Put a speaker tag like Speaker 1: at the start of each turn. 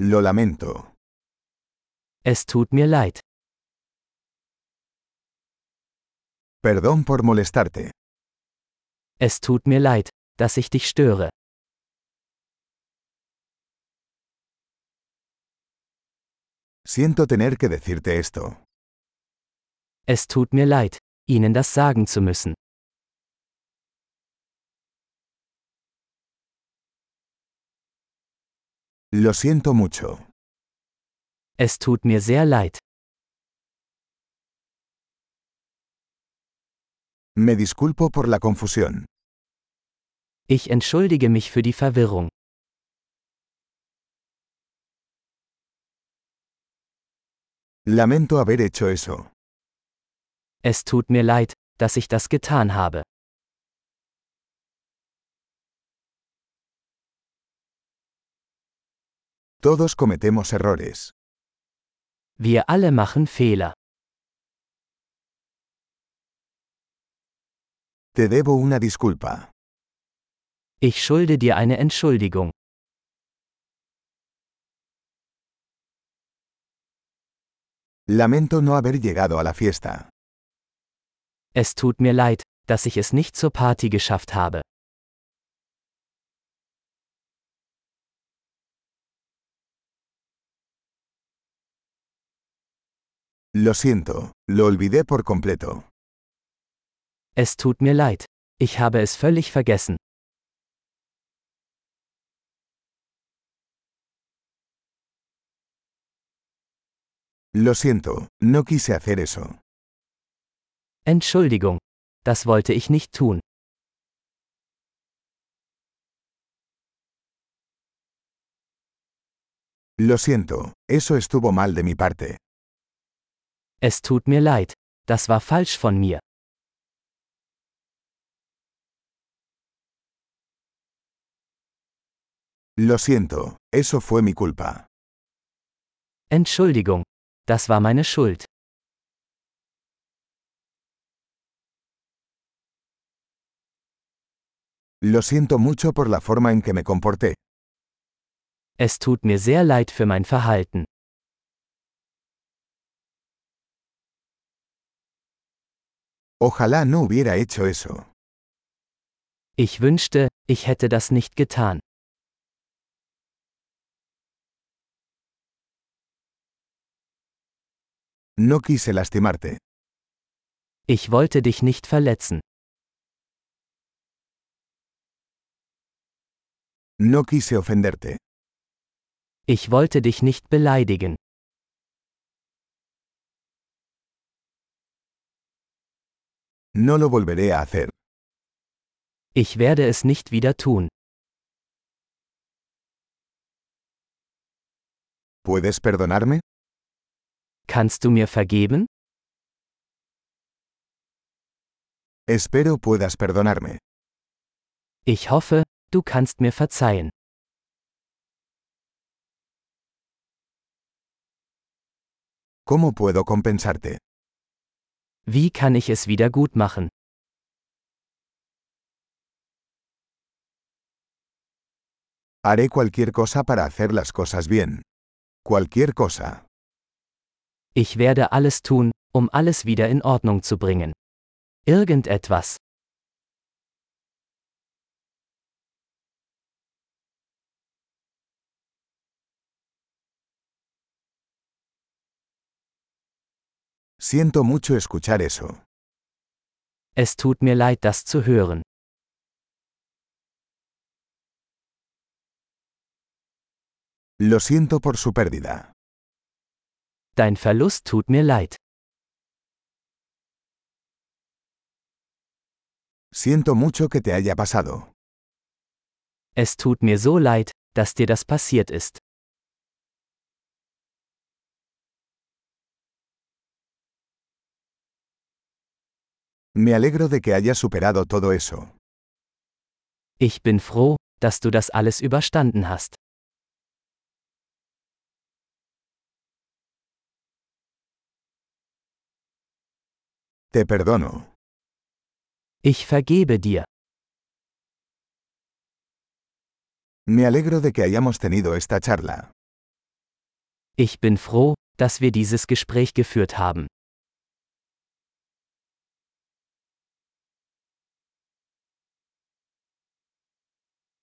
Speaker 1: Lo lamento.
Speaker 2: Es tut mir leid.
Speaker 1: Perdón por molestarte.
Speaker 2: Es tut mir leid, dass ich dich störe.
Speaker 1: Siento tener que decirte esto.
Speaker 2: Es tut mir leid, Ihnen das sagen zu müssen.
Speaker 1: Lo siento mucho.
Speaker 2: Es tut mir sehr leid.
Speaker 1: Me disculpo por la confusión.
Speaker 2: Ich entschuldige mich für die Verwirrung.
Speaker 1: Lamento haber hecho eso.
Speaker 2: Es tut mir leid, dass ich das getan habe.
Speaker 1: Todos cometemos errores.
Speaker 2: Wir alle machen Fehler.
Speaker 1: Te debo una disculpa.
Speaker 2: Ich schulde dir eine Entschuldigung.
Speaker 1: Lamento no haber llegado a la fiesta.
Speaker 2: Es tut mir leid, dass ich es nicht zur Party geschafft habe.
Speaker 1: Lo siento, lo olvidé por completo.
Speaker 2: Es tut mir leid, ich habe es völlig vergessen.
Speaker 1: Lo siento, no quise hacer eso.
Speaker 2: Entschuldigung, das wollte ich nicht tun.
Speaker 1: Lo siento, eso estuvo mal de mi parte.
Speaker 2: Es tut mir leid, das war falsch von mir.
Speaker 1: Lo siento, eso fue mi culpa.
Speaker 2: Entschuldigung, das war meine Schuld.
Speaker 1: Lo siento mucho por la forma en que me comporté.
Speaker 2: Es tut mir sehr leid für mein Verhalten.
Speaker 1: Ojalá no hubiera hecho eso.
Speaker 2: Ich wünschte, ich hätte das nicht getan.
Speaker 1: No quise lastimarte.
Speaker 2: Ich wollte dich nicht verletzen.
Speaker 1: No quise ofenderte.
Speaker 2: Ich wollte dich nicht beleidigen.
Speaker 1: No lo volveré a hacer.
Speaker 2: Ich werde es nicht wieder tun.
Speaker 1: ¿Puedes perdonarme?
Speaker 2: Kannst du mir vergeben?
Speaker 1: Espero puedas perdonarme.
Speaker 2: Ich hoffe, du kannst mir verzeihen.
Speaker 1: ¿Cómo puedo compensarte?
Speaker 2: Wie kann ich es wieder gut machen?
Speaker 1: Haré cualquier cosa para hacer las cosas bien. Cualquier cosa.
Speaker 2: Ich werde alles tun, um alles wieder in Ordnung zu bringen. Irgendetwas.
Speaker 1: Siento mucho escuchar eso.
Speaker 2: Es tut mir leid, das zu hören.
Speaker 1: Lo siento por su pérdida.
Speaker 2: Dein Verlust tut mir leid.
Speaker 1: Siento mucho que te haya pasado.
Speaker 2: Es tut mir so leid, dass dir das passiert ist.
Speaker 1: Me alegro de que hayas superado todo eso.
Speaker 2: Ich bin froh, dass du das alles überstanden hast.
Speaker 1: Te perdono.
Speaker 2: Ich vergebe dir.
Speaker 1: Me alegro de que hayamos tenido esta charla.
Speaker 2: Ich bin froh, dass wir dieses Gespräch geführt haben.